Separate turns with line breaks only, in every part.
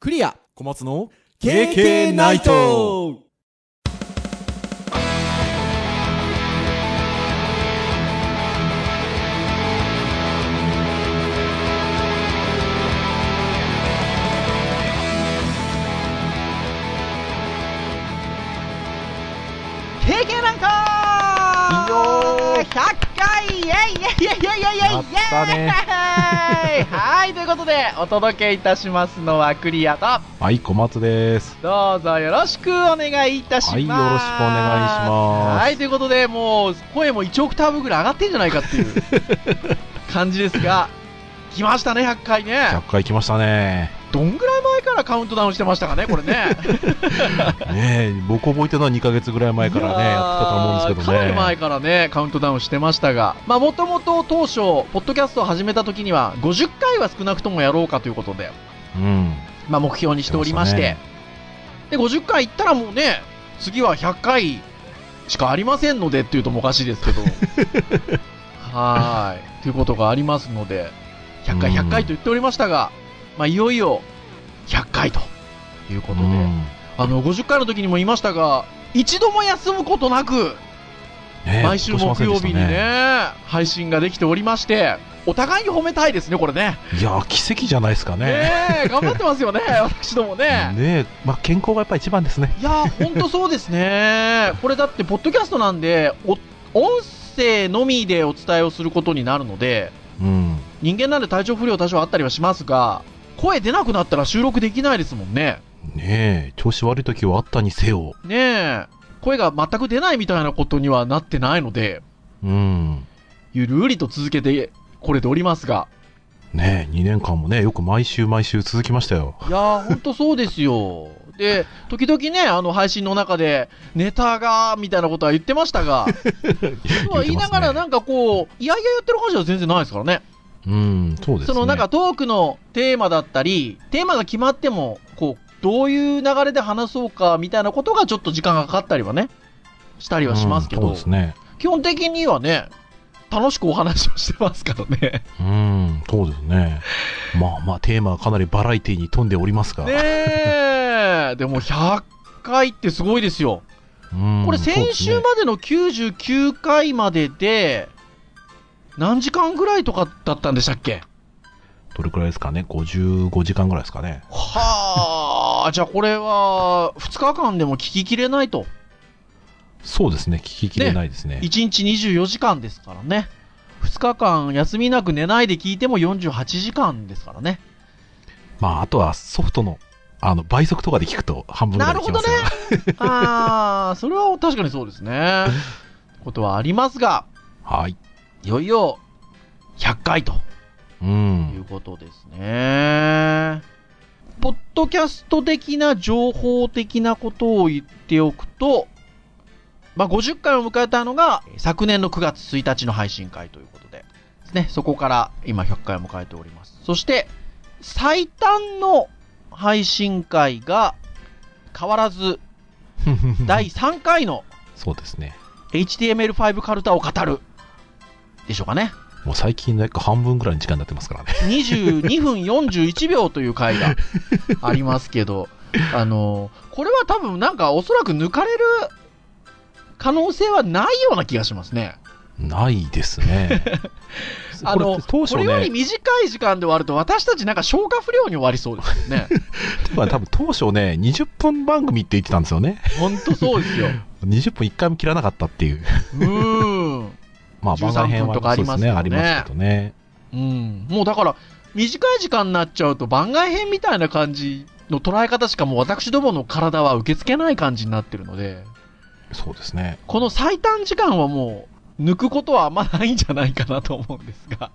クリア
小松の
KK ナイト
経験なんか
いいよー
100回イェイイェイイェイイェイイェイイェイイェイ
やったね
はい、ということで、お届けいたしますのはクリアと、
はい、小松です。
どうぞよろしくお願いいたします。
はいよろしくお願いします
はい、ということで、もう、声も1オクターブぐらい上がってんじゃないかっていう感じですが、来ましたね、100回ね。
100回来ましたね。
どんぐらい前からカウントダウンしてましたかね、これね。
ねえ、僕覚えてるのは2ヶ月ぐらい前からね、
い
やっ
や
てたと思うんですけどね。
かなり前からね、カウントダウンしてましたが、まあもともと当初、ポッドキャストを始めた時には、50回は少なくともやろうかということで、
うん。
まあ目標にしておりまして、
やって
で、50回いったらもうね、次は100回しかありませんのでっていうともおかしいです けど、はーい、ということがありますので、100回、100回と言っておりましたが、まあいよいよ100回ということで、
うん
あの、50回の時にも言いましたが、一度も休むことなく、
ねえ
毎週木曜日
ほっとしません
にね
でし
配信ができておりまして、お互いに褒めたいですね、これね。
たねいや、奇跡じゃないですか
ね
ね。
え、頑張ってま すよね、私どもね。
ねえ、まあ、健康がやっぱ一番ですね。
いやー、ほんとそうですね。これだって、ポッドキャストなんで、お音声のみでお伝えをすることになるので、
うん。
人間なんで体調不良多少あったりはしますが、声出なくなったら収録できないですもんね。
ねえ、調子悪い時はあったにせよ。
ねえ、声が全く出ないみたいなことにはなってないので、
うん。
ゆるりと続けてこれておりますが、
ねえ、2年間もね、よく毎週毎週続きましたよ。
いやー、ほんとそうですよ。で、時々ね、あの配信の中で、ネタが、みたいなことは言ってまし たが、とは言いながら、
言
なんかこう、いやいや言ってる感じは全然ないですからね。
うん、そうですね。
そのなんかトークのテーマだったり、テーマが決まっても、こう、どういう流れで話そうか、みたいなことがちょっと時間がかかったりはね、したりはしますけ
うん
ど、
そうですね。
基本的にはね、楽しくお話をしてますからね。
うん、そうですね。まあまあ、テーマはかなりバラエティに富んでおりますが。
ねえ、でも100回ってすごいですよ。
うん
これ先週までの99回までで、何時間ぐらいとかだったんでしたっけ
どれくらいですかね55時間ぐらいですかね
はあ、じゃあこれは2日間でも聞ききれないと。
そうですね聞ききれないですね
1日24時間ですからね。2日間休みなく寝ないで聞いても48時間ですからね。
まああとはソフトのあの倍速とかで聞くと半分ぐら
ない
聞
る
き
ほ
ま
ど
す
ね
が。
ああ、それは確かにそうですね。ことはありますが、
はい
いよいよ100回と。
う
というんことですね。ポッドキャスト的な情報的なことを言っておくと、まあ、50回を迎えたのが昨年の9月1日の配信会ということで、ね、そこから今100回を迎えております。そして、最短の配信会が変わらず第3回の
そうですね
HTML5 カルタを語るでしょうかね。
もう最近の約半分ぐらいの時間になってますからね
22分41秒という回がありますけど、あの、これは多分なんかおそらく抜かれる可能性はないような気がしますね。
ないですね
あ
こ
の、
れ当
こ
初
れより
ね
短い時間で終わると私たちなんか消化不良に終わりそうです よね。
てか多分当初ね20分番組って言ってたんですよね
ほんとそうですよ。
20分1回も切らなかったっていう
うーん。
まあ番外編は
13分とかあ
そう
り
で
ますす
ね
けどね
ありますけどね
うん。もうだから、短い時間になっちゃうと番外編みたいな感じの捉え方しかもう私どもの体は受け付けない感じになってるので、
そうですね
この最短時間はもう、抜くことはあんまないんじゃないかなと思うんですが。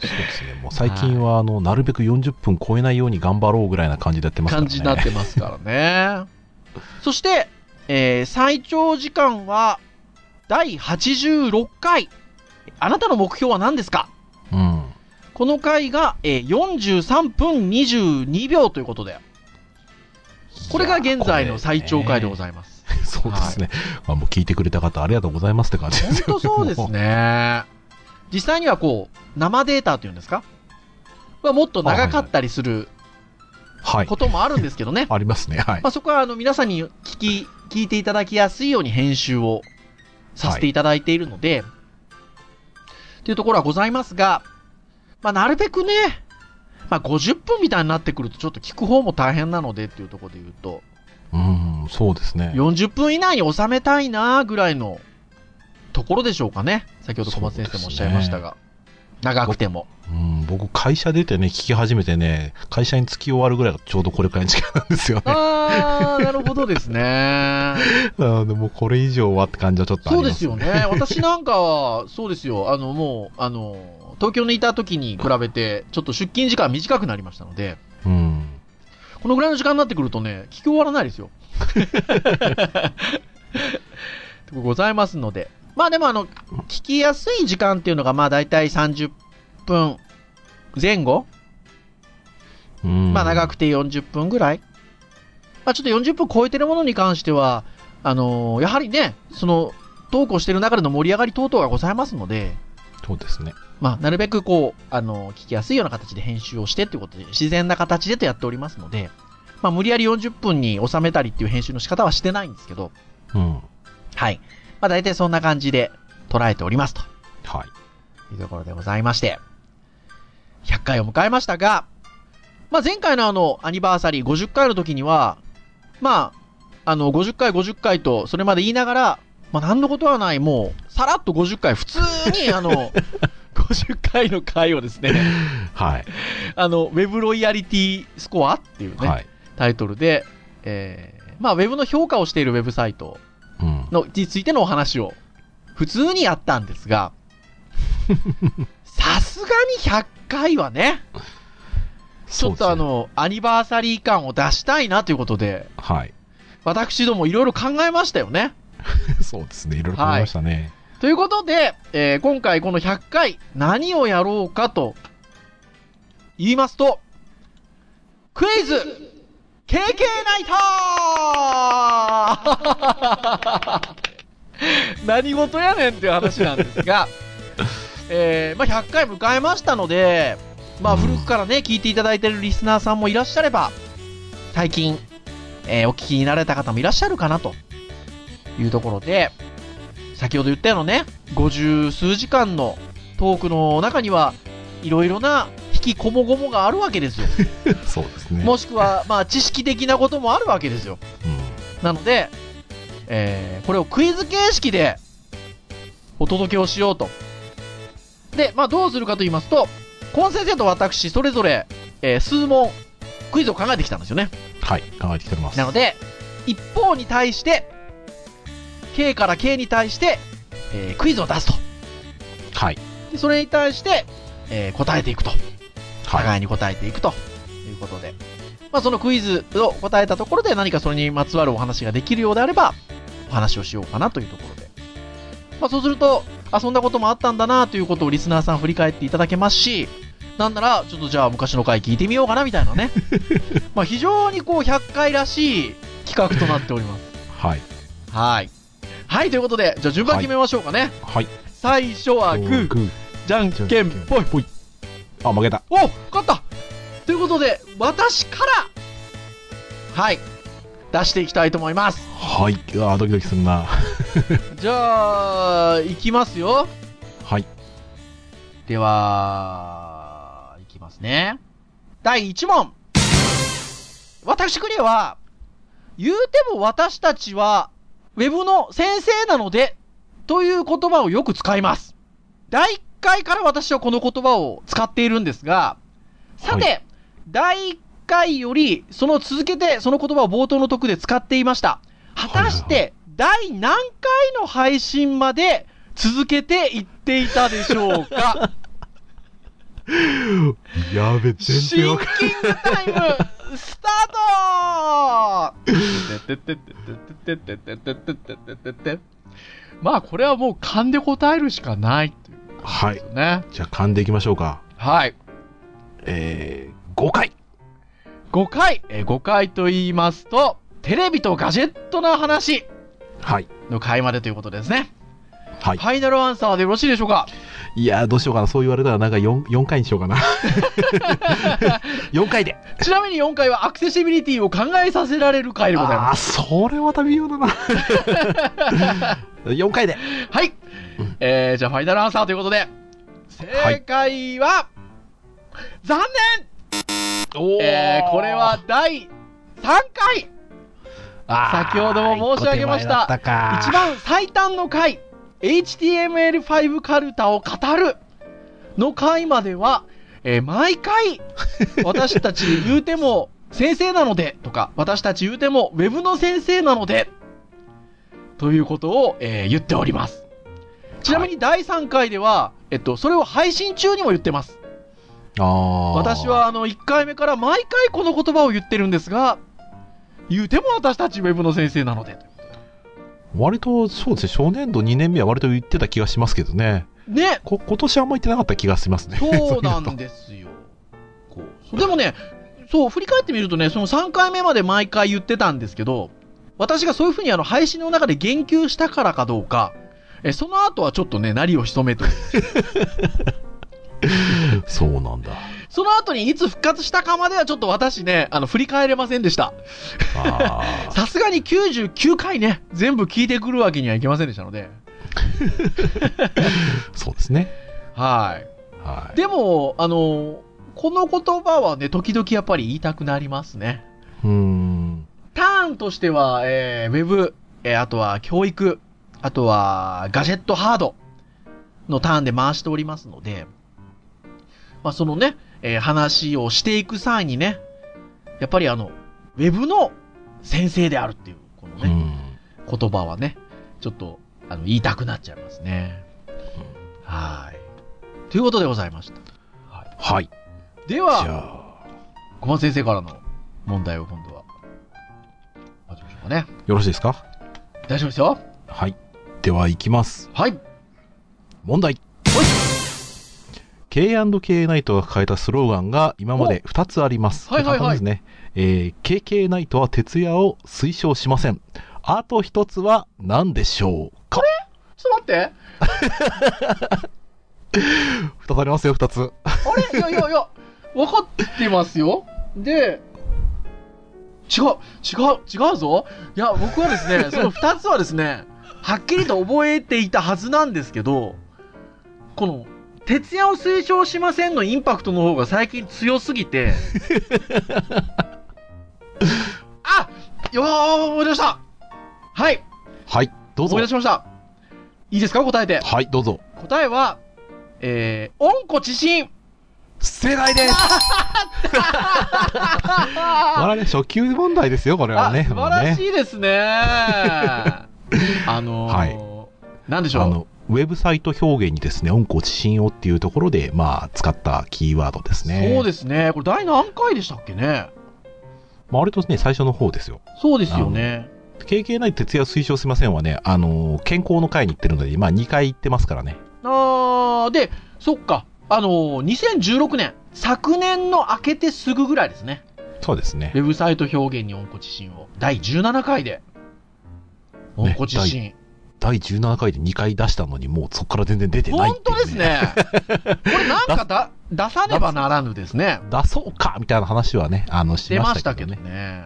そうですね。もう最近は、あの、なるべく40分超えないように頑張ろうぐらいな感じでやってますから
感
ね。
じになってますから ね。そして、えー最長時間は、第86回。あなたの目標は何ですか
うん。
この回が、えー43分22秒ということで、これが現在の最長回でご
い
ざいます。
やーこれねそうですね。あもう聞いてくれた方ありがとうございますって感じで
本
すよ
当そうです。ね。実際にはこう、生データというんですかはもっと長かったりする
はい。
こともあるんですけどね。
ありますね。はい
ま。あ、そこはあの皆さんに聞き、聞いていただきやすいように編集をさせていただいているので、っていうところはございますが、まあ、なるべくね、まあ、50分みたいになってくるとちょっと聞く方も大変なのでっていうところで言うと、
うん、そうですね。
40分以内に収めたいなぐらいのところでしょうかね。先ほど小松先生もおっしゃいましたが、長くても。
うん、僕、会社出てね、聞き始めてね、会社に月終わるぐらいがちょうどこれくらいの時間なんですよね。
あー、なるほどですね。
なので、もうこれ以上はって感じはちょっとあり
そう
ます、
ですよね。私なんかは、そうですよ。あの、もう、あの、東京にいた時に比べて、ちょっと出勤時間短くなりましたので、
うん。
このぐらいの時間になってくるとね、聞き終わらないですよ。 とこございますので。まあでも、あの、聞きやすい時間っていうのが、まあ大体30分前後、
うん
まあ長くて40分ぐらい。まあちょっと40分超えてるものに関しては、あのやはりね、その、投稿してる中での盛り上がり等々がございますので、
そうですね。
まあ、なるべくこう、あの、聞きやすいような形で編集をしてっていうことで、自然な形でとやっておりますので、まあ、無理やり40分に収めたりっていう編集の仕方はしてないんですけど、
うん。
はい。まあ、大体そんな感じで捉えておりますと
はい。
いうところでございまして、100回を迎えましたが、まあ、前回のあの、アニバーサリー50回の時には、まあ、あの、50回50回と、それまで言いながら、まあ、なんのことはない、もう、さらっと50回、普通に、あの、50回の回をですね、
はい。
あの、ウェブロイヤリティスコアっていうね、
はい。
タイトルで、えー、まあ、ウェブの評価をしているウェブサイト
うん。
のについてのお話を、普通にやったんですが、さすがに100回はね、ちょっとあ
そうで
の、アニバーサリー感を出したいなということで、
すね、はい。
私どもいろいろ考えましたよね。
そうですね。いろいろ考えましたね。
ということで、えー今回この100回、何をやろうかと、言いますと、クイズ !KK ナイター 何事やねんっていう話なんですが、えーまあ、100回迎えましたので、まあ、古くからね、聞いていただいてるリスナーさんもいらっしゃれば、最近、えーお聞きになられた方もいらっしゃるかなというところで、先ほど言ったようなね、50数時間のトークの中には、いろいろな引きこもごもがあるわけですよ。
そうですね。
もしくは、まあ、知識的なこともあるわけですよ。
うん
なので、えーこれをクイズ形式でお届けをしようと。で、まあ、どうするかと言いますと、コン先生と私、それぞれ、えー数問、クイズを考えてきたんですよね。
はい。考えてきております。
なので、一方に対して、K から K に対して、えークイズを出すと。
はい。
でそれに対して、えー答えていくと。
は
互いに答えていくということで。まあ、そのクイズを答えたところで何かそれにまつわるお話ができるようであれば、お話をしようかなというところで。まあ、そうすると、あ、そんなこともあったんだなということをリスナーさん振り返っていただけますし、なんなら、ちょっとじゃあ昔の回聞いてみようかなみたいな ね。まあ、非常にこう、100回らしい企画となっております。
い。はい。
はい。はい、ということで、じゃあ順番決めましょうかね。
はい。
最初はグー、
グー
じゃんけんぽい。
あ、負けた。
お勝ったということで、私から、はい、出していきたいと思います。
はい。うわードキドキするな。
じゃあ、いきますよ。
はい。
では、いきますね。第1問。私クリアは、言うても私たちは、ウェブの先生なので、という言葉をよく使います。第1回から私はこの言葉を使っているんですが、さて、
は
第1回より、その続けて、その言葉を冒頭の特で使っていました。果たし
は
て、第何回の配信まで続けていっていたでしょうか
やべ、
シンキングタイム、スタートまあ、これはもう勘で答えるしかないっていう
はい。
ことね。
じゃあ、噛んでいきましょうか。
はい。
えー、5回。
5回、えー5回と言いますと、テレビとガジェットな話
はい。
の回までということですね。
はい。
ファイナルアンサーでよろしいでしょうか
いやー、どうしようかな。そう言われたら、なんか 4, 4回にしようかな。4回で。
ちなみに4回はアクセシビリティを考えさせられる回でござい
あ
ま
あー、それまた微妙だな。4回で。
す。はい。えー、じゃあファイナルアンサーということで、正解は、残
お
念えー、これは、第3回
あー
先ほども申し上げました
一個手前だったか
一番最短の回 HTML5 カルタを語るの回までは、えー 毎回私たち言うても先生なのでとか私たち言うてもウェブの先生なのでということを、えー言っておりますちなみに第3回では、えっと、それを配信中にも言ってます
あー
私、はあの1回目から毎回この言葉を言ってるんですが言うても私たちウェブの先生なので
割と、そうですね、初年度2年目は割と言ってた気がしますけどね。
ね
こ今年あんま言ってなかった気がしますね。
そうな
そ
ん
う
ですよ。こうでもね、そう、振り返ってみるとね、その3回目まで毎回言ってたんですけど、私がそういうふうにあの配信の中で言及したからかどうか、えその後はちょっとね、なりを潜めという。
いうのと そうなんだ。
その後にいつ復活したかまではちょっと私ね、あの、振り返れませんでした。
あ
さすがに99回ね、全部聞いてくるわけにはいきませんでしたので。
ーそうですね。
はい。
はい。
でも、あの、この言葉はね、時々やっぱり言いたくなりますね。
うーん。
ターンとしては、えー、ウェブ、えーあとは教育、あとはガジェットハードのターンで回しておりますので、まあ、そのね、えー話をしていく際にね、やっぱりあの、ウェブの先生であるっていう、この
う
ね、
ん。
言葉はね、ちょっと、あの、言いたくなっちゃいますね。はーい。ということでございました。
はい。じ
では、
ゃあ、
小松先生からの問題を今度は、待ちましょうかね。
よろしいですか
大丈夫ですよ。
はい。では、いきます。
はい。
問題 K&K ナイトが抱えたスローガンが今まで2つあります。
はいはいはい
これ簡単ですね。えー KK ナイトは徹夜を推奨しません。あと1つは何でしょうか
ちょっと待って。
?2 つありますよ、2つ。
あれいやいやいや、分かってますよ。で、違う、違う、違うぞ。いや、僕はで すね、その2つはですね、はっきりと覚えていたはずなんですけど、この、徹夜を推奨しませんのインパクトの方が最近強す ぎて。あよー、思い出したはい、
はい、どうぞ
思い。出しました。いいですか答えて。
はい、どうぞ。
答えは、えー、温故知新
正解です
あ
あれ、初級問題ですよ、これはね。
素晴らし
も
いですね。あのー
はい
なんでし
うねあ
ょ
の、ウェブサイト表現にですね、温故知新をっていうところで、まあ、使ったキーワードです
う、
ね。
そうですね。これ第何回でしたっけね。
まあ、割とね、最初の方ですよ。
そうですよね。
KK ない徹夜推奨しませんはね、あのー健康の会に行ってるので、まあ2回行ってますからね。
あーで、そっか。あのー2016年、昨年の明けてすぐぐらいですね。
そうです
ウ
ね。
ェブサイト表現に温故知新を。第17回で。温故知新。
第17回で2回出したのに、もうそこから全然出てないっ
本
ていう、
当です。ね。これな んかだ出さねばならぬですね。
出そうかみたいな話はね、あの、し
出ま
ま
し
したた
け
け
ど
どね。
ね。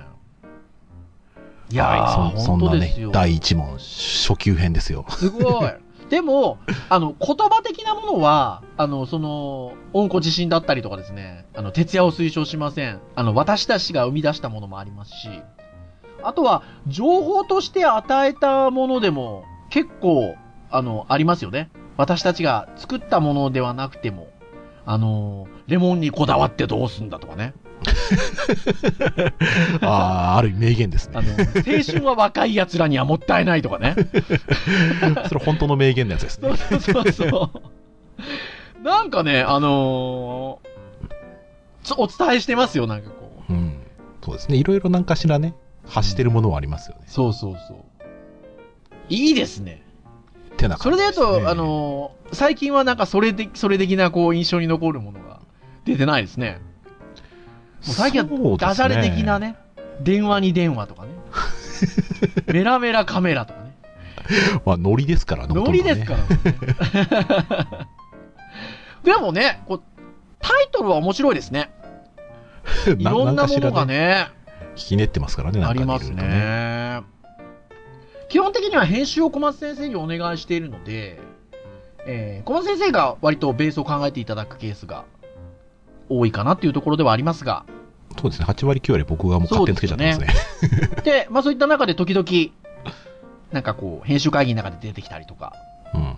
いやー、
はい、そそ
本
ん
当
な
です
ね
よ、。
第1問、初級編です よ。
すごい。でも、あの、言葉的なものは、あの、その、温故自身だったりとかですね、あの、徹夜を推奨しません。あの、私たちが生み出したものもありますし、あとは、情報として与えたものでも、結構、あの、ありますよね。私たちが作ったものではなくても、あの、レモンにこだわってどうすんだとかね。
ああ、ある意味名言です
あ
ね。
の、青春は若い奴らにはもったいないとかね。
それ本当の名言のやつです
そ
ね
う。そうそうそう。なんかね、あのーつお伝えしてますよ、なんかこう。
うん。そうですね。いろいろなんかしらね、発してるものはありますよね。
そうそうそう。いいですね。
てな
そ
感
れ
じ
で言う
すね
と、あ、のー最近はなんかそれで、それ的なこう印象に残るものが出てないですね。もう最近
そう
は
ですね
ダジャレ的なね、電話に電話 とかね。メラメラカメラとかね。
まあ、ノリですからね。。
ノリですから らね。でもね、こうタイトルは面白いですね。いろんなものがね、
ひねってますからね、なん
あ
か
り
ね
ます
いろいろね
ね。基本的には編集を小松先生にお願いしているので、えー小松先生が割とベースを考えていただくケースが多いかなっていうところではありますが、
そうですね、8割9割僕がもう勝手につけちゃってますね。
で、まあそういった中で時々、なんかこう、編集会議の中で出てきたりとか、
うん。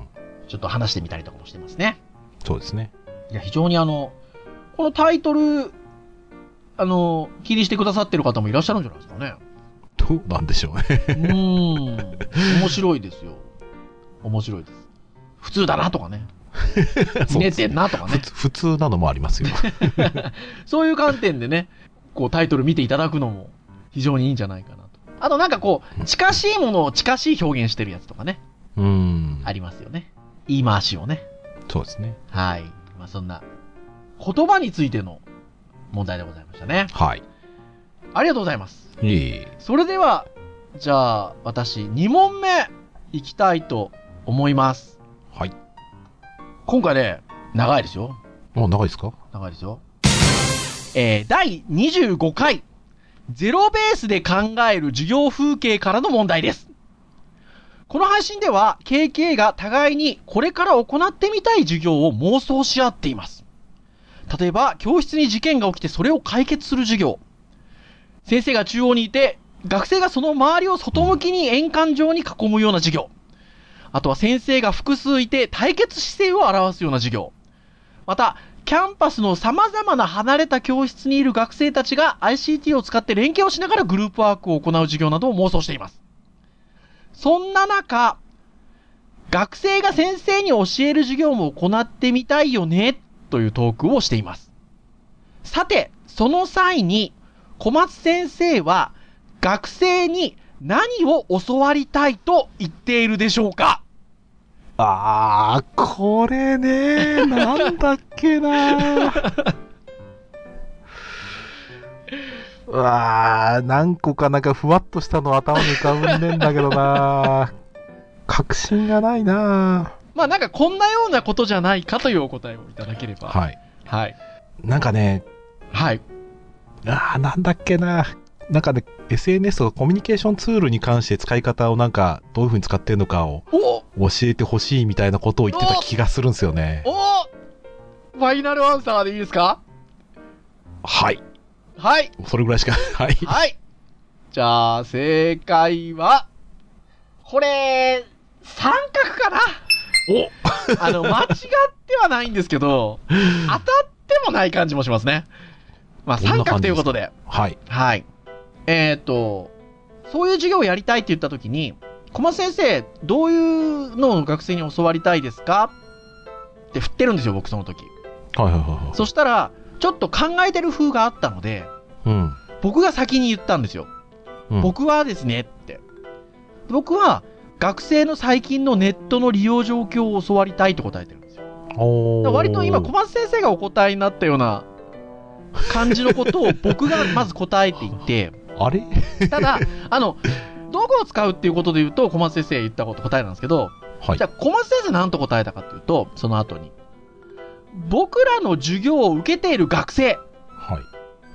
ちょっと話してみたりとかもしてますね。
そうですね。
いや、非常にあの、このタイトル、あの、気にしてくださってる方もいらっしゃるんじゃないですかね。
どうなんでしょ うね。
うーん。面白いですよ。面白いです。普通だなとかね。
そう
寝
です
てんなとか
普
ね。
通普通なのもありますよ。
そういう観点でね、こうタイトル見ていただくのも非常にいいんじゃないかなと。あとなんかこう、近しいものを近しい表現してるやつとかね、
うん
あ。りますよね。言い回しをね。
そうですね。
はい。まあそんな、言葉についての問題でございましたね。
はい。
ありがとうございます。
いい。
それでは、じゃあ、私、2問目、いきたいと思います。
はい。
今回ね、長いですよ。
もう長いですか
長いですよ。えー、第25回、ゼロベースで考える授業風景からの問題です。この配信では、KK が互いにこれから行ってみたい授業を妄想し合っています。例えば、教室に事件が起きてそれを解決する授業。先生が中央にいて、学生がその周りを外向きに円環状に囲むような授業。あとは先生が複数いて対決姿勢を表すような授業。また、キャンパスの様々な離れた教室にいる学生たちが ICT を使って連携をしながらグループワークを行う授業などを妄想しています。そんな中、学生が先生に教える授業も行ってみたいよね、というトークをしています。さて、その際に、小松先生は学生に何を教わりたいと言っているでしょうか
あー、これ ね、なんだっけ な。うわー、何個かなんかふわっとしたの頭に浮かんでんだけどな。確信がないな。
まあなんかこんなようなことじゃないかというお答えをいただければ。
はい。
はい。
なんかね、
はい。
あーなんだっけな。なんかね、SNS とかコミュニケーションツールに関して使い方をなんか、どういうふうに使ってるのかを教
お
えてほしいみたいなことを言ってた気がするんですよね。
おファイナルアンサーでいいですか
はい。
はい。
それぐらいしか、 はい。
はい。じゃあ、正解は、これ、三角かな
お
あの、間違ってはないんですけ ど、当たってもない感じもしますね。まあ、
どん
三
な感
角
じ
と
で
いう
すか
ことで。
はい。
はい。えっ、と、そういう授業をやりたいって言ったときに、小松先生、どういうのを学生に教わりたいですかって振ってるんですよ、僕その時。
はいはいはいは
そしたら、ちょっと考えてる風があったので、
い。うん。
僕が先に言ったんですよ。
うん
僕はですね、って。僕は、学生の最近のネットの利用状況を教わりたいと答えてるんですよ。
お
だから
ー
割と今、小松先生がお答えになったような感じのことを僕がまず答えていて、
あれ
ただ、あの、道具を使うっていうことで言うと、小松先生言ったこと答えなんですけど、
はい
じゃ。あ小松先生何と答えたかっていうと、その後に。僕らの授業を受けている学生、
は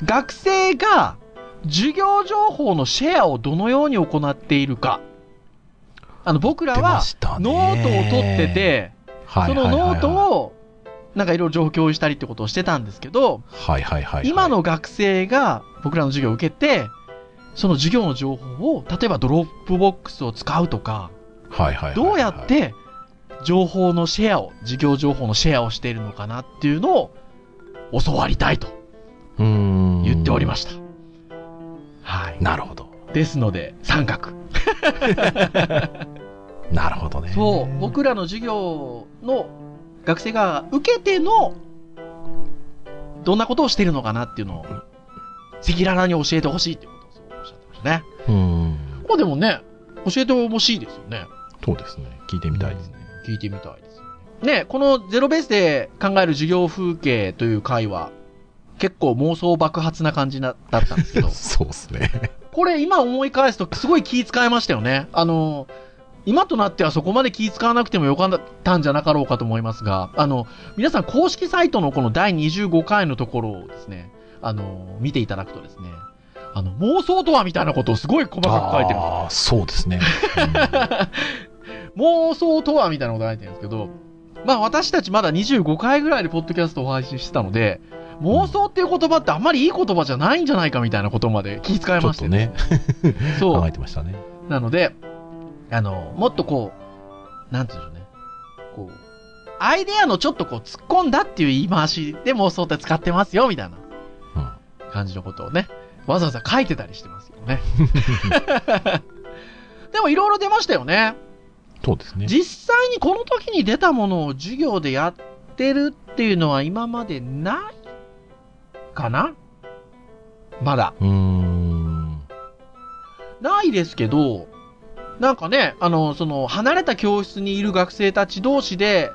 い。
学生が授業情報のシェアをどのように行っているか。あの、僕ら
出ま
は
したね
ノートを取って、て、
はいは
そ
い
の
はいはい
ノート、をなんかいろいろ上京したりってことをしてたんですけど、
はいはいはいはい。
今、の学生が僕らの授業を受けて、その授業の情報を、例えばドロップボックスを使うとか、
はいはいはいはい
どうやっ、て情報のシェアを、授業情報のシェアをしているのかなっていうのを教わりたいと言
言
っておりま
し
した。はい。
なるほど。
ですので、三角。
なるほどね。
そう、僕らの授業の学生が受けての、どんなことをしているのかなっていうのを、赤裸々に教えてほしいっていうことをすごくおっしゃってましたね。
うん。
まあでもね、教えてほしいですよね。
そうですね。聞いてみたいですね。、
聞いてみたいですよね。ね、このゼロベースで考える授業風景という回は、結構妄想爆発な感じなだったんですけど
そうですね。
これ今思い返すとすごい気遣いましたよね。あの、今となってはそこまで気使わなくてもよかったんじゃなかろうかと思いますが、あの、皆さん公式サイトのこの第25回のところをですね、あの、見ていただくとですね、あの、妄想とはみたいなことをすごい細かく書いてるんですよ
あーそうですね。
妄想とはみたいなこと書いてるんですけど、まあ私たちまだ25回ぐらいでポッドキャストを配信してたので、妄想っていう言葉ってあんまりいい言葉じゃないんじゃないかみたいなことまで気遣い
ちょ
ま
っ
して
とね、
そ
考
う。
えてましたね。
なので、あの、もっとこう、なんて言うんでしょうね。こう、アイデアのちょっとこう突っ込んだっていう言い回しで妄想って使ってますよみたいな
うん
感じのことをね、わざわざ書いてたりしてますよね。でもいろいろ出ましたよね。
そうですね。
実際にこの時に出たものを授業でやってるっていうのは今までないかなまだ。
うーん。
ないですけど、なんかね、あの、その、離れた教室にいる学生たち同士で、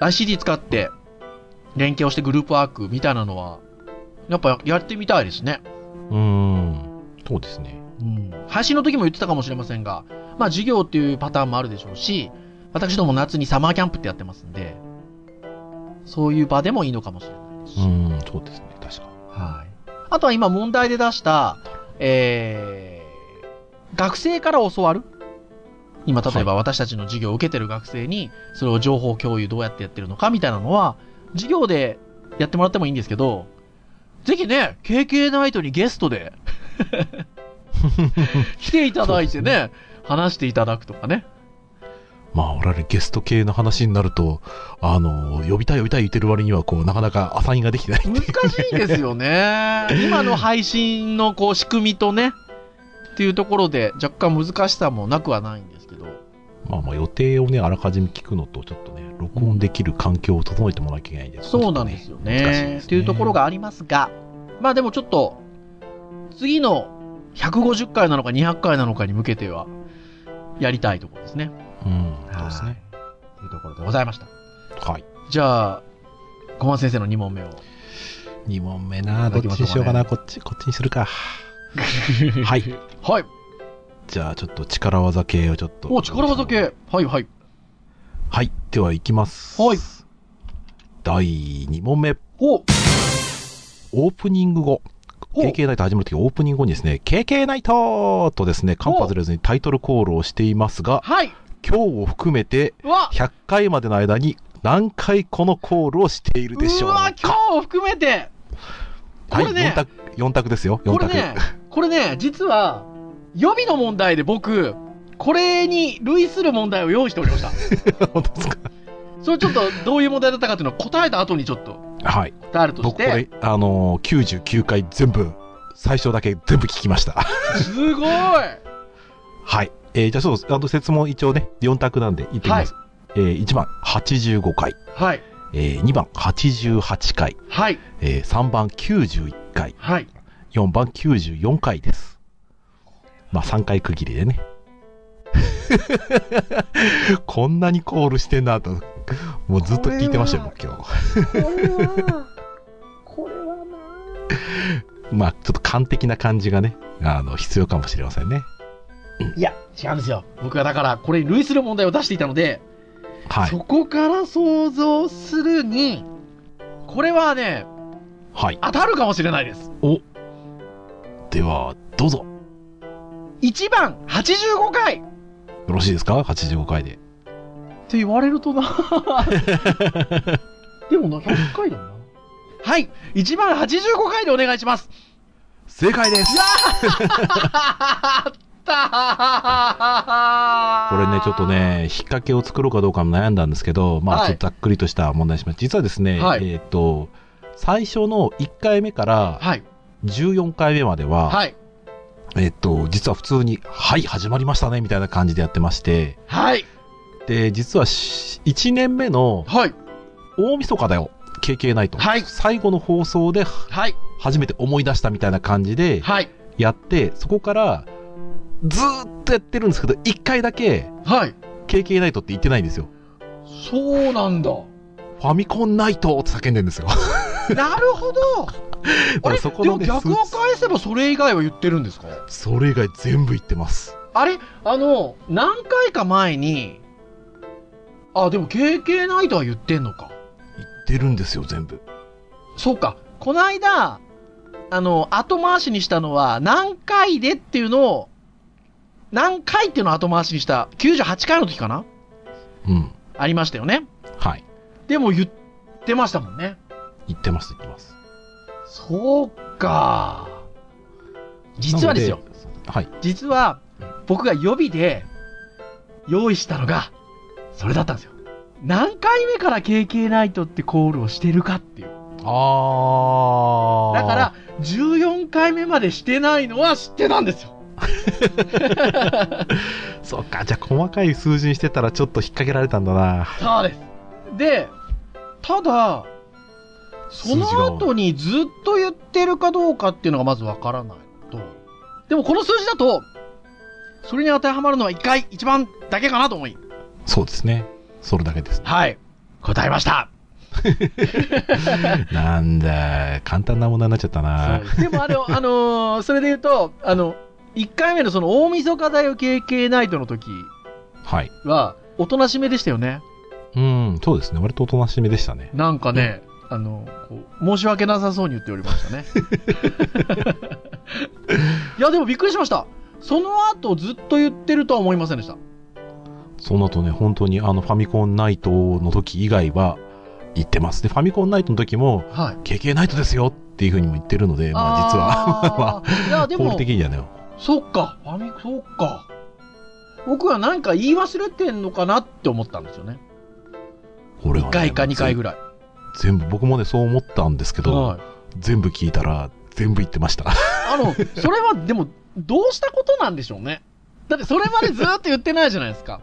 ICD 使って、連携をしてグループワークみたいなのは、やっぱやってみたいですね。
うーん。そうですね。
配信の時も言ってたかもしれませんが、まあ授業っていうパターンもあるでしょうし、私ども夏にサマーキャンプってやってますんで、そういう場でもいいのかもしれないですし
うーん。そうですね。確か。
はい。あとは今問題で出した、えー、学生から教わる今、例えば私たちの授業を受けてる学生に、それを情報共有どうやってやってるのかみたいなのは、授業でやってもらってもいいんですけど、ぜひね、KK ナイトにゲストで来ていただいて
そうで
ね、話していただくとかね。
まあ、我々ゲスト系の話になると、あの、呼びたい呼びたい言ってる割には、こう、なかなかアサインができてない。
難しいんですよね。 今の配信のこう仕組みとね、っていうところで若干難しさもなくはないんですけど。
まあまあ、予定をね、あらかじめ聞くのと、ちょっとね、録音できる環境を整えてもらわなきゃいけないんで。
そうなんですよね。
難しいですね
っていうところがありますが、まあでもちょっと、次の150回なのか200回なのかに向けては、やりたいところですね。
うん。そうです
はい
ね。。
というところでございました。
はい。
じゃあ、小松先生の2問目を。
2問目な、どっちにしようかな、こっち、こっちにするか。
は。
はいい。
はい。
じゃあ、ちょっと力技系をちょっと。
お、力技。系。はいはい。
はい。では、いきます。
はい。
第2問目。
お、
オープニング後。
お
KK ナイト始まる時オープニング後にですね、KK ナイトとですね、間髪ずれずにタイトルコールをしていますが、
はい。
今日を含めて
うわ
100回までの間に何回このコールをしているでしょう
うわ
か。
今日を含めてこ
はい、
れね
4択、四択ですよ、4
これ
択。
ね、これね、実は、予備の問題で僕、これに類する問題を用意しておりました。
本当ですか
それちょっとどういう問題だったかっていうのを答えた後にちょっと
はい。
答えるとし
僕これ
て、、
あのー、99回全部、最初だけ全部聞きました。
すごい
はい。えーじゃあそうです。あの、説問一応ね、4択なんで言ってみます。えー1番、85回。
はい、
えー2番、88回。
はい、
えー3番、91回。
はい。
4番、94回です。まあ、3回区切りでね。 こんなにコールしてんなと、もうずっと聞いてましたよ、僕今日。
これは、これはな
まあ、ちょっと完璧な感じがね、あの、必要かもしれませんね。
いや、違うんですよ。僕はだから、これに類する問題を出していたので、
はい
そ。こから想像するに、これはね、
はい。
当たるかもしれないです。
では、どうぞ。
1番、85回
よろしいですか ?85 回で。
って言われると なでもな100回だなはい1番85回でお願いします
正解です
あった
これね、ちょっとね、引っ掛けを作ろうかどうかも悩んだんですけど、ま
は
あ、
い
ちょっとざっくりとした問題にします。実はですね、
はい
えっ、と、最初の1回目から
はい
14回目までは、
はい
えっ、と、実は普通に、はい、始まりましたね、みたいな感じでやってまして、
はい
で、実は1年目の
はい
大晦日だよ、KK ナイト。
はい
最後の放送で
はい
初めて思い出したみたいな感じで
はい
やって、そこから、ずーっとやってるんですけど、1回だけ、
はい
KK ナイトって言ってないんですよ。
そうなんだ
ファミコンナイトって叫んでるん ですよ。
なる ほどあれ
そこ
で
の
も
ね
逆を
す
返せばそれ以外は言ってるんですか
それ以外全部言ってます。
あれあの、何回か前に、あ、でも KK ナイトは言ってんのか。
言ってるんですよ、全部。
そうか。こないだ、あの、後回しにしたのは、何回でっていうのを、何回っていうのを後回しにした、98回の時かな
うん。
ありましたよね。
はい。
でも言ってましたもんね。
言ってます、言ってます。
そうか。実はですよ。
はい。
実は、僕が予備で用意したのが、それだったんですよ。何回目から KK ナイトってコールをしてるかっていう。
あー。
だから、、14回目までしてないのは知ってたんですよ。
そうか、じゃあ細かい数字にしてたらちょっと引っ掛けられたんだな。
そうです。で、ただ、その後にずっと言ってるかどうかっていうのがまずわからないと。でもこの数字だと、それに当てはまるのは1回、1番だけかなと思い。
そうですね。それだけです。
はい。答えました。
なんだ、簡単な問題になっちゃったな。
でもあれを、あのーそれで言うと、あの、1回目のその大晦日だよ KK ナイトの時
はい。
は、おとなしめでしたよね。
うん、そうですね。割とおとなしめでしたね。
なんかね、あの、こう、申し訳なさそうに言っておりま したね。いや、でもびっくりしました。その後ずっと言ってるとは思いませんでした。
その後ね、本当にあのファミコンナイトの時以外は言ってます。で、ファミコンナイトの時も、
はい。
KK ナイトですよっていうふうにも言ってるので、まあ実は、
は。いや、で
法
も
律、的にはね、
そっか、ファミ、そっか。僕はなんか言い忘れてんのかなって思ったんですよね。
俺は、
1
ね、
回か2回ぐらい。
全部、僕もね、そう思ったんですけど、
はい。
全部聞いたら、全部言ってました。
あの、それはでも、どうしたことなんでしょうね。だってそれまでずーっと言ってないじゃないですか。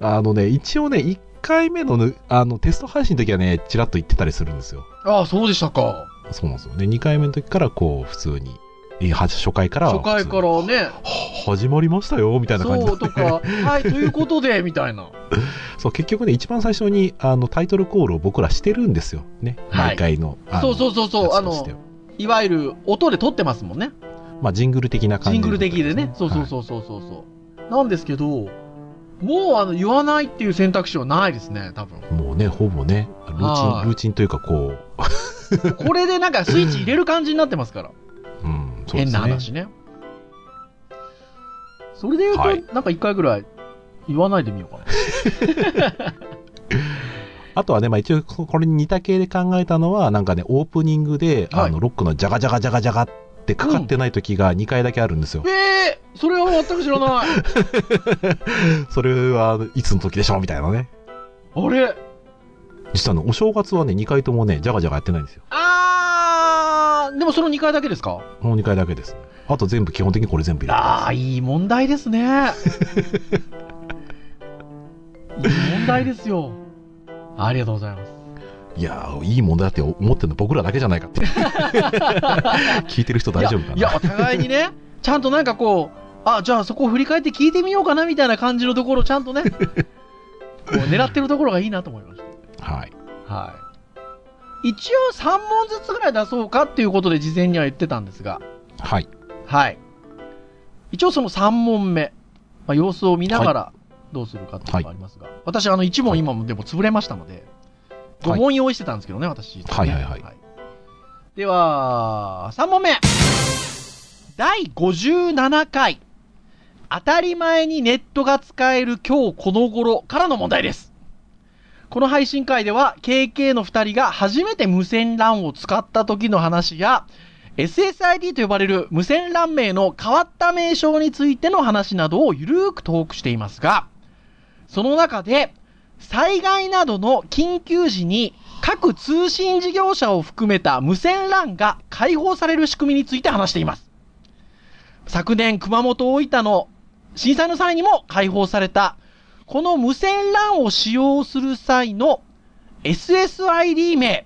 あのね、一応ね、1回目のねあのテスト配信の時はね、ちらっと言ってたりするんですよ。
ああ、そうでしたか。
そうなんですよね。2回目の時から、こう、普通に、えは初回からは
初回か
普
ら
通
ね、
には始まりましたよ、みたいな感じ
そ
で
うとか、 はい、ということで、みたいな。
そう結局ね一番最初にあのタイトルコールを僕らしてるんですよね、
はい
毎回のあの
そうそうそうそう、あ
やつとし
の
て、は
はいわゆる音で撮ってますもんね。
まあ、ジングル的な感じ
シングル的でね。そうそう
う、
そうそうそうそう、なんですけど、もうあの言わないっていう選択肢はないですね、多分。
はいもうねほぼねルー
は
チ
い
ンルーチンというかこう、
これでなんかスイッチ入れる感じになってますから。
うん、 そうで
変
す
な
ね
話ね。それで言うと、
はい
なんか一回ぐらい言わないでみようかな。
あとはね、まあ、一応ここれに似た系で考えたのはなんかねオープニングで、
はい
あのロックのジャガジャガジャガジャガってかかってない時が2回だけあるんですよ、
えー、それは全く知らない。
それはいつの時でしょうみたいなね
あれ
実はねお正月はね2回ともねジャガジャガやってないんですよ
あー、でもその2回だけですか
もう2回だけですねあと全部基本的にこれ全部入れてます
ああ、いい問題で すね。いい問題ですよ。ありがとうございます。
いやー、いい問題だって思ってるの僕らだけじゃないか って。聞いてる人大丈夫かない
や、いやお互いにね、ちゃんとなんかこう、あ、じゃあそこを振り返って聞いてみようかなみたいな感じのところをちゃ んとね、こう狙ってるところがいいなと思いまし
はい。
た。はい。一応3問ずつぐらい出そうかっていうことで事前には言ってたんですが、
はい。
はい。一応その3問目、まあ、様子を見ながらどうするかっていうのがありますが、私、あの1問今もでも潰れましたので、
はい
5問用意してたんですけどね、私、
はいはいはい
では、3問目。第57回。当たり前にネットが使える今日この頃からの問題です。この配信会では KK の2人が初めて無線 LAN を使った時の話や SSID と呼ばれる無線 LAN 名の変わった名称についての話などをゆるーくトークしていますがその中で災害などの緊急時に各通信事業者を含めた無線 LAN が開放される仕組みについて話しています昨年熊本大分の震災の際にも開放されたこの無線 LAN を使用する際の SSID 名。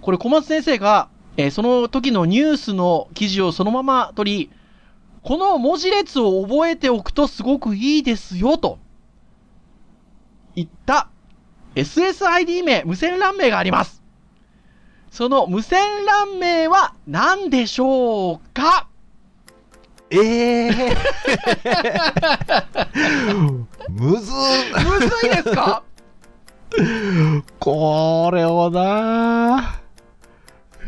これ小松先生が、えーその時のニュースの記事をそのまま取り、この文字列を覚えておくとすごくいいですよ、と。言った SSID 名、無線 LAN 名があります。その無線 LAN 名は何でしょうか
ええむずー
むずいですか
これをな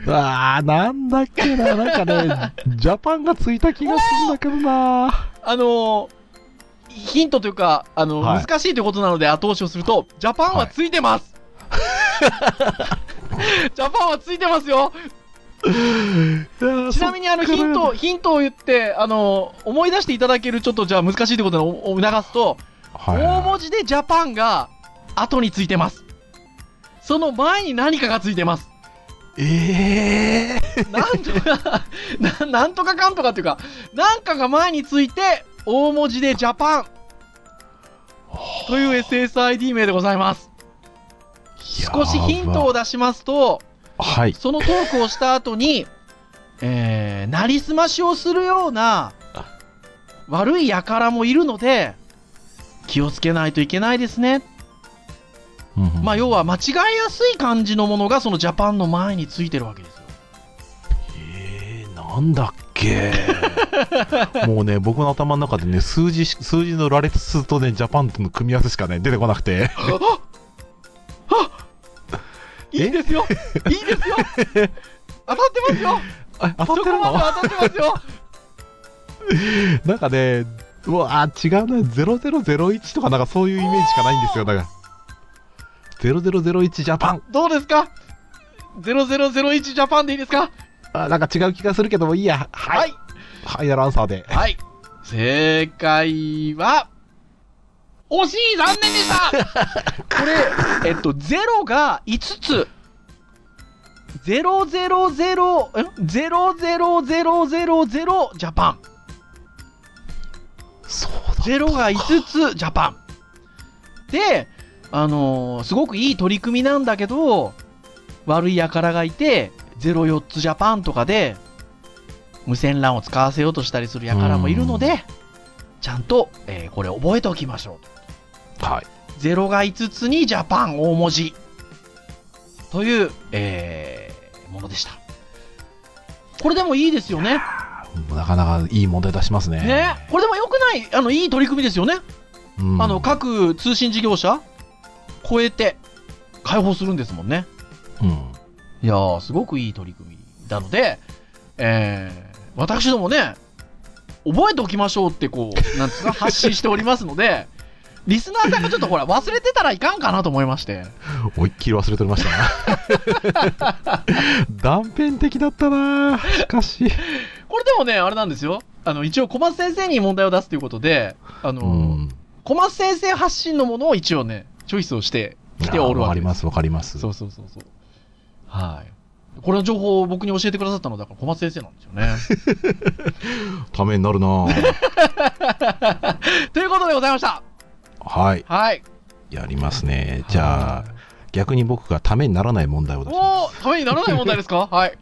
ーあーなんだっけな、なんかね、ジャパンがついた気がするんだけどな
あのーヒントというか、あの、
はい
難しいということなので後押しをすると、ジャパンはついてます、 ジャパンはついてますよちなみにあのヒント、ヒントを言って、あのー思い出していただける、ちょっとじゃあ難しいということをお促すと、
はい
大文字でジャパンが後についてます。その前に何かがついて ます。
ええ
なんとか な、なんとかかんとかっていうか、なんかが前について、大文字でジャパンという SSID 名でございます。少しヒントを出しますと、
はい。
そのトークをした後に、えー、なりすましをするような悪い輩もいるので、気をつけないといけないですね。まあ、要は間違えやすい感じのものがそのジャパンの前についてるわけですよ。
えー、なんだっ けもうね僕の頭の中でね数字し数字の羅列数とねジャパンとの組み合わせしかね出てこなくて
ああい いですよいいですよ当たってますよ
あ当たってる
そこま
の
で当たってますよ
なんかねうわー違うな0001とかなんかそういうイメージしかないんですよだから0001ジャパン
どうですか ?0001 ジャパンでいいですか
あなんか違う気がするけどもいいやはい、
はい
ファイナルアンサーで
はい。正解は、惜しい残念でした これ、えっと、0が5つ。000え00000ジャパン。
そう
0が5つジャパン。で、あのーすごくいい取り組みなんだけど、悪い輩がいて、04つジャパンとかで、無線 LAN を使わせようとしたりする輩もいるので、ちゃんと、えーこれ覚えておきましょ。
だはいう
0が5つにジャパン大文字。という、えーものでした。これでもいいですよね。
なかなかいい問題出しますね
ね。これでも良くない、あの、いい取り組みですよね。
うん
あの各通信事業者超えて開放するんですもんね。
うん
いやー、すごくいい取り組みなので、えー、私どもね、覚えておきましょうってこう、なんですか、発信しておりますので、リスナーさんがちょっとほら、忘れてたらいかんかなと思いまして。
思いっきり忘れておりましたな 断片的だったなしかし
これでもね、あれなんですよ。あの、一応小松先生に問題を出すということで、あの、
うん
小松先生発信のものを一応ね、チョイスをしてきておる
わか
わけ
り
で
ま
す
すわかります
そうそうそうそう。はい。これの情報を僕に教えてくださったのはだから小松先生なんですよ ね。
ためになるな
ということでございました。
はい
はい。
やりますねじゃあ逆に僕がためにならない問題を出します
おお、ためにならない問題で すかはい。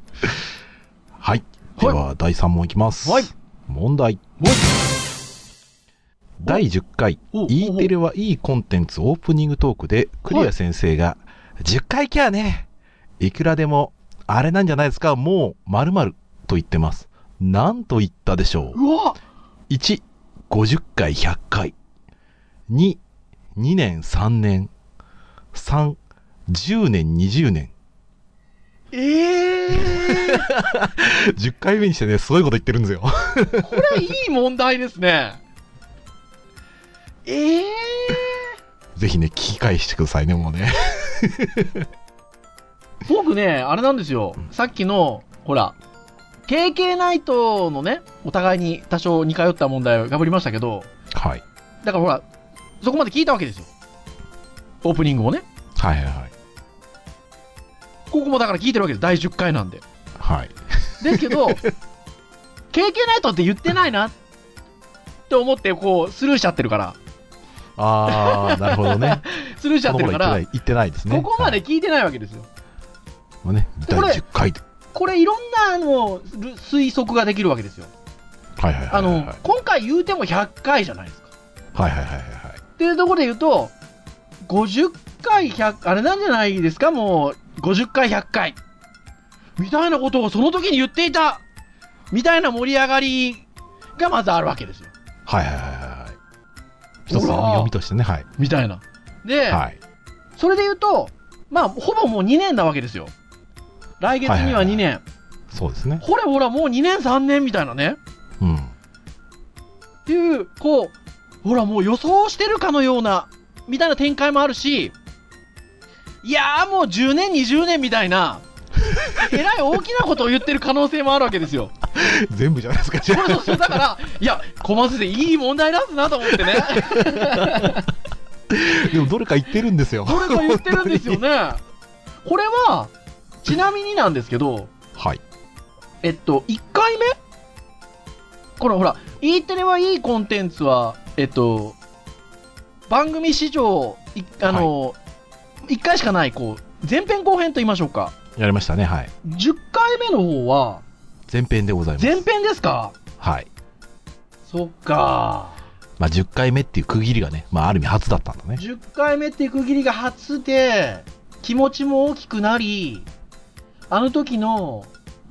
はいでは第3問いきます
はい
問題
もう
第10回
お
E テレはいいコンテンツオープニングトークでクリア先生が10回きゃねいくらでもあれなんじゃないですかもう〇〇と言ってますなんと言ったでしょう
うわ
1、50回100回。2、2年3年。3、10年20年。
ええー、
10回目にしてね、すごいこと言ってるんですよ。
これいい問題ですね。ええ
ぜひね、聞き返してくださいね、もうね。
ー、僕ね、あれなんですよ。さっきの、ほら、KK ナイトのね、お互いに多少似通った問題をかぶりましたけど、
はい。
だからほら、そこまで聞いたわけですよ。オープニングをね。
はいはいはい。
ここもだから聞いてるわけです。第10回なんで。
はい。
ですけど、 経験ないとって言ってないなって思って、こう、スルーしちゃってるから。
あー、なるほど ね。
スルーしちゃってるか
この
ら、
頃言ってない言ってないですね。
ここま
はい
で聞いてないわけですよ。
もうね、第
これ
10回と。
これ、いろんな、あの、ル推測ができるわけですよ。
はいはいは
あ
いはい
の
はい。、
今回言うても100回じゃないですか。
はいはいはいはい。
っていうところで言うと、50回100、あれなんじゃないですか、もう、50回100回。みたいなことをその時に言っていたみたいな盛り上がりがまずあるわけですよ。
はいはいはいはい。一つ
ほ
の
ら
読みとしてね、はい。
みたいな。で、
はい。
それで言うと、まあ、ほぼもう2年なわけですよ。来月には2年。
そうですね。
ほれほら、もう2年3年みたいなね。
うん。
っていう、こう、ほら、もう予想してるかのような、みたいな展開もあるし、いやーもう10年、20年みたいな、 えらい大きなことを言ってる可能性もあるわけですよ。
全部じゃないですか、じゃ
そうそうそう、だから、いや、小松でいい問題出すなと思ってね、
あ でもどれか言ってるんですよ。
これが言ってるんですよ
本
ね。これは、ちなみになんですけど、
当に。はい。
えっと、1回目このほら、E テレはいいコンテンツは、えっと、番組史上、いあの、1回しかない、こう、前編後編と言いましょうか。
やりましたね、はい。
10回目の方は、
前編でございます。
前編ですか
はい。
そっか。
まあ、10回目っていう区切りがね、まあ、ある意味初だったんだね。
10回目って区切りが初で、気持ちも大きくなり、あの時の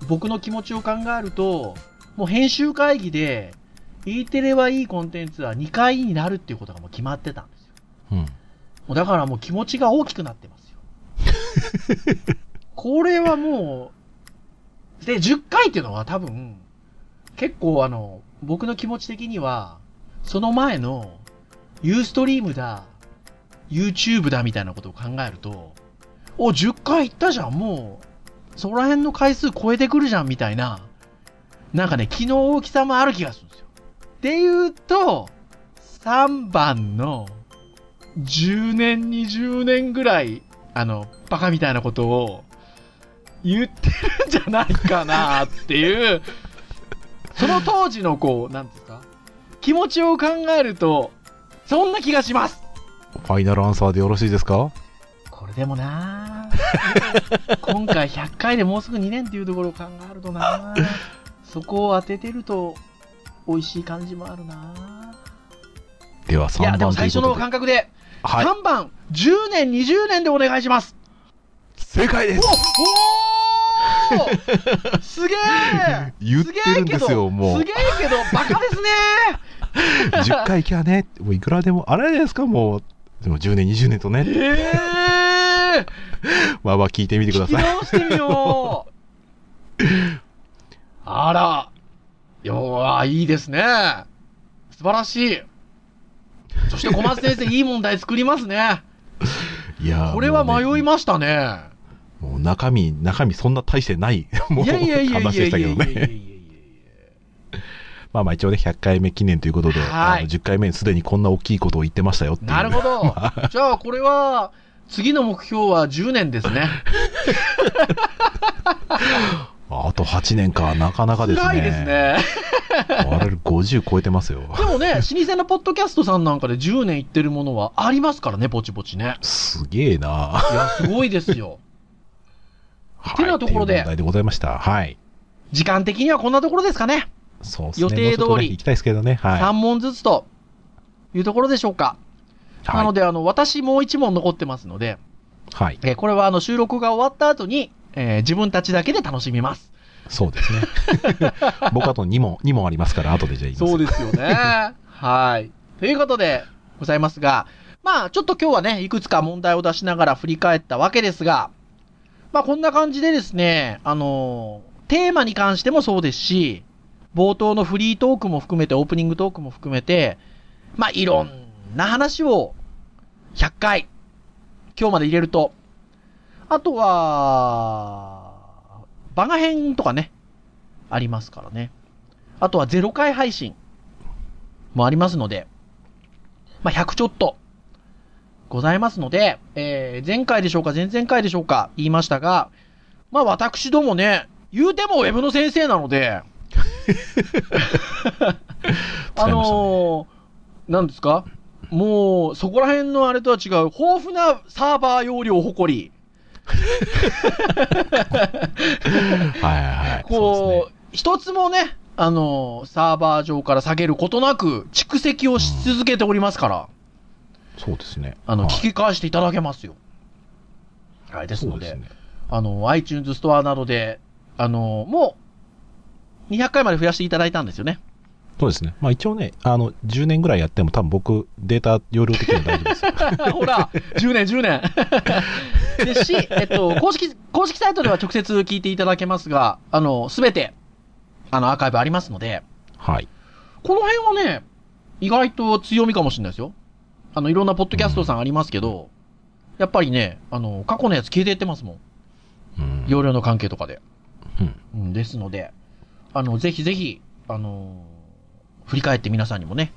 僕の気持ちを考えると、もう編集会議で、E テレはいいコンテンツは2回になるっていうことがもう決まってたんですよ。
うん。
もうだからもう気持ちが大きくなってますよ。これはもう、で、10回っていうのは多分、結構あの、僕の気持ち的には、その前の、ユーストリームだ、YouTube だみたいなことを考えると、お、10回いったじゃん、もう、そこら辺の回数超えてくるじゃん、みたいな、なんかね、気の大きさもある気がするんですよ。で言うと、3番の、10年、20年ぐらい、あの、バカみたいなことを言ってるんじゃないかなっていう、その当時のこう、なんですか、気持ちを考えると、そんな気がします
ファイナルアンサーでよろしいですか
これでもなあ今回100回でもうすぐ2年っていうところを考えるとなあそこを当ててると、美味しい感じもあるなあ
ではい
や、
3
でも
番ということ
最初の
で。
感覚で、
はい。
3番、10年、20年でお願いします
正解です
おおーすげえ
言ってるんですよもう
すげえけど、バカですね
!10 回行きゃね、もういくらでも、あれじゃないですか、もう。でも10年、20年とね、
ええ
わーわー聞いてみてく
聞
だ
き
さい。
直してみようあら、よわいいですね。素晴らしい。そして小松先生、いい問題作りますね。
いやー
これは迷い
も
ましたね。
うねもう中身、中身そんな大してない、もう
いやいやいやいや
話
いや
でし
いや
た
い
け
や
ど
いやいや
ね。 まあまあ一応ね、100回目記念ということで、
はい
あの10回目にすでにこんな大きいことを言ってましたよっていう。
なるほど。じゃあ、これは、次の目標は10年ですね。
あと8年か、なかなかですね。
辛いで す。ね。
我々50超えてますよ。
でもね、老舗のポッドキャストさんなんかで10年行ってるものはありますからね、ぼちぼちね。
すげえな。
いや、すごいです よ。
は
てなところ で
っていう問題でございました。はい。
時間的にはこんなところですかね。
そうですね。
予定通り
もうちょっとね行きたいですけどね。はい。
3問ずつというところでしょうか。
は
ないので、あの、私もう1問残ってますので、
はい。
えーこれはあの、収録が終わった後に、えー自分たちだけで楽しみます。
そうです ね。僕あと2問、2問ありますから、後でじゃあ言います。
そうですよね。 はい。ということで、ございますが、まあ、ちょっと今日はね、いくつか問題を出しながら振り返ったわけですが、まあ、こんな感じでですね、あのーテーマに関してもそうですし、冒頭のフリートークも含めて、オープニングトークも含めて、まあ、いろんな話を、100回、今日まで入れると、あとは、バガ編とかね、ありますからね。あとは0回配信もありますので、まあ、100ちょっとございますので、えー、前回でしょうか、前々回でしょうか、言いましたが、まあ、私どもね、言うてもウェブの先生なので、あのー、なんですかもう、そこら辺のあれとは違う、豊富なサーバー容量を誇り、
はいはいはい。
こう、一つもね、あのーサーバー上から下げることなく、蓄積をし続けておりますから、
そうですね。
あの、
はい
聞き返していただけますよ。はい、です
そ
の
うで
で、
すね。
あの、iTunes ストアなどで、あのーもう、200回まで増やしていただいたんですよね。
そうですね。まあ一応ね、あの、10年ぐらいやっても多分僕、データ容量的には大丈夫ですよ。
ほら、10年、10年。 ですし、えっと、公式、公式サイトでは直接聞いていただけますが、あの、すべて、あの、アーカイブありますので、
はい。
この辺はね、意外と強みかもしれないですよ。あの、いろんなポッドキャストさんありますけど、やっぱりね、あの、過去のやつ消えていってますもん。
うん
容量の関係とかで。
うん
うん、ですので、あの、ぜひぜひ、あのー振り返って皆さんにもね、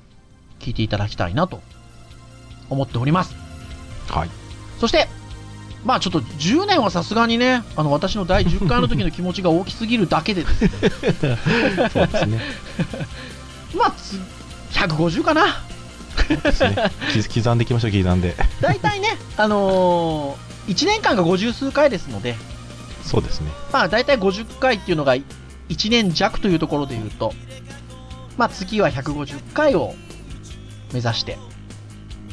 聞いていただきたいなと、思っております。
はい。
そして、まあちょっと10年はさすがにね、あの、私の第10回の時の気持ちが大きすぎるだけでです、
そうですね。
まあつ150かな。
そうですね。き刻んでいきましょう、刻んで。
大体ね、あのー、1年間が50数回ですので、
そうですね。
まあ大体50回っていうのが1年弱というところで言うと、まあ次は150回を目指して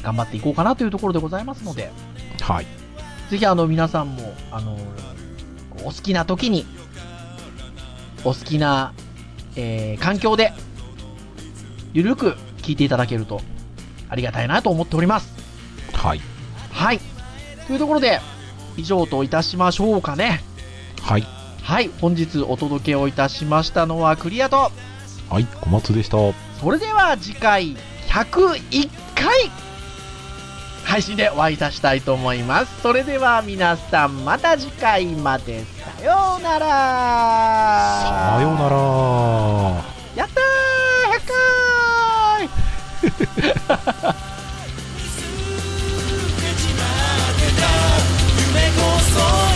頑張っていこうかなというところでございますので、
はい。
ぜひあの皆さんも、あの、お好きな時に、お好きな、えー環境で、ゆるく聞いていただけるとありがたいなと思っております。
はい。
はい。というところで、以上といたしましょうかね。
はい。
はい、本日お届けをいたしましたのはクリアと、
はい。小松でした。
それでは次回101回配信でお会いいたしたいと思います。それでは皆さんまた次回までさようなら
さようなら。
やったー !100 回
夢こそ